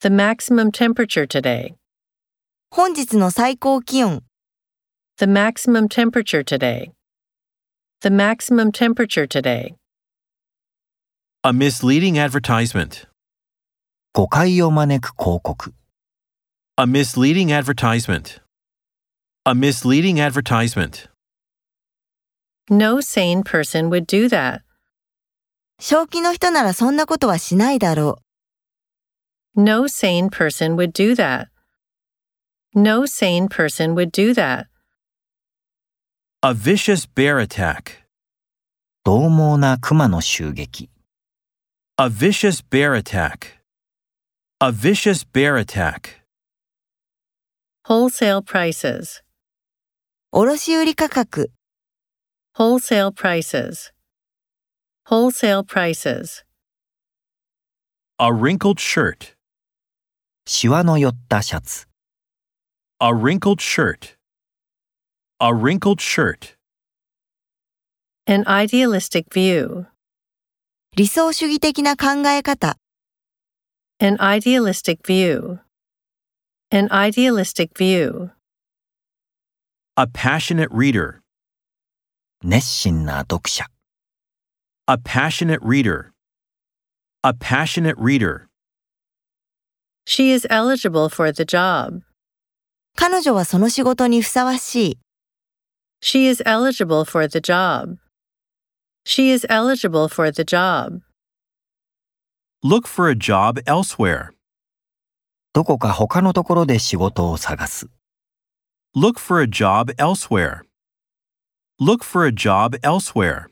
The maximum temperature today. 本日の最高気温、 The maximum temperature today. The maximum temperature today. A misleading advertisement. 誤解を招く広告。 A misleading advertisement. A misleading advertisement. No sane person would do that. 正気の人ならそんなことはしないだろ No sane person would do that. No sane person would do that. A vicious bear attack. 獰猛な熊の襲撃。 A vicious bear attack. A vicious bear attack. Wholesale prices. う。卸売価格、 Wholesale prices. Wholesale prices. A wrinkled shirt. シワの寄ったシャツ。 A wrinkled shirt. A wrinkled shirt. An idealistic view. 理想主義的な考え方、 An idealistic view. An idealistic view. A passionate reader. 熱心な読者。 A passionate reader. A passionate reader. She is eligible for the job. 彼女はその仕事にふさわしい。 She is eligible for the job. She is eligible for the job. Look for a job elsewhere. どこか他のところで仕事を探す。 Look for a job elsewhere. Look for a job elsewhere.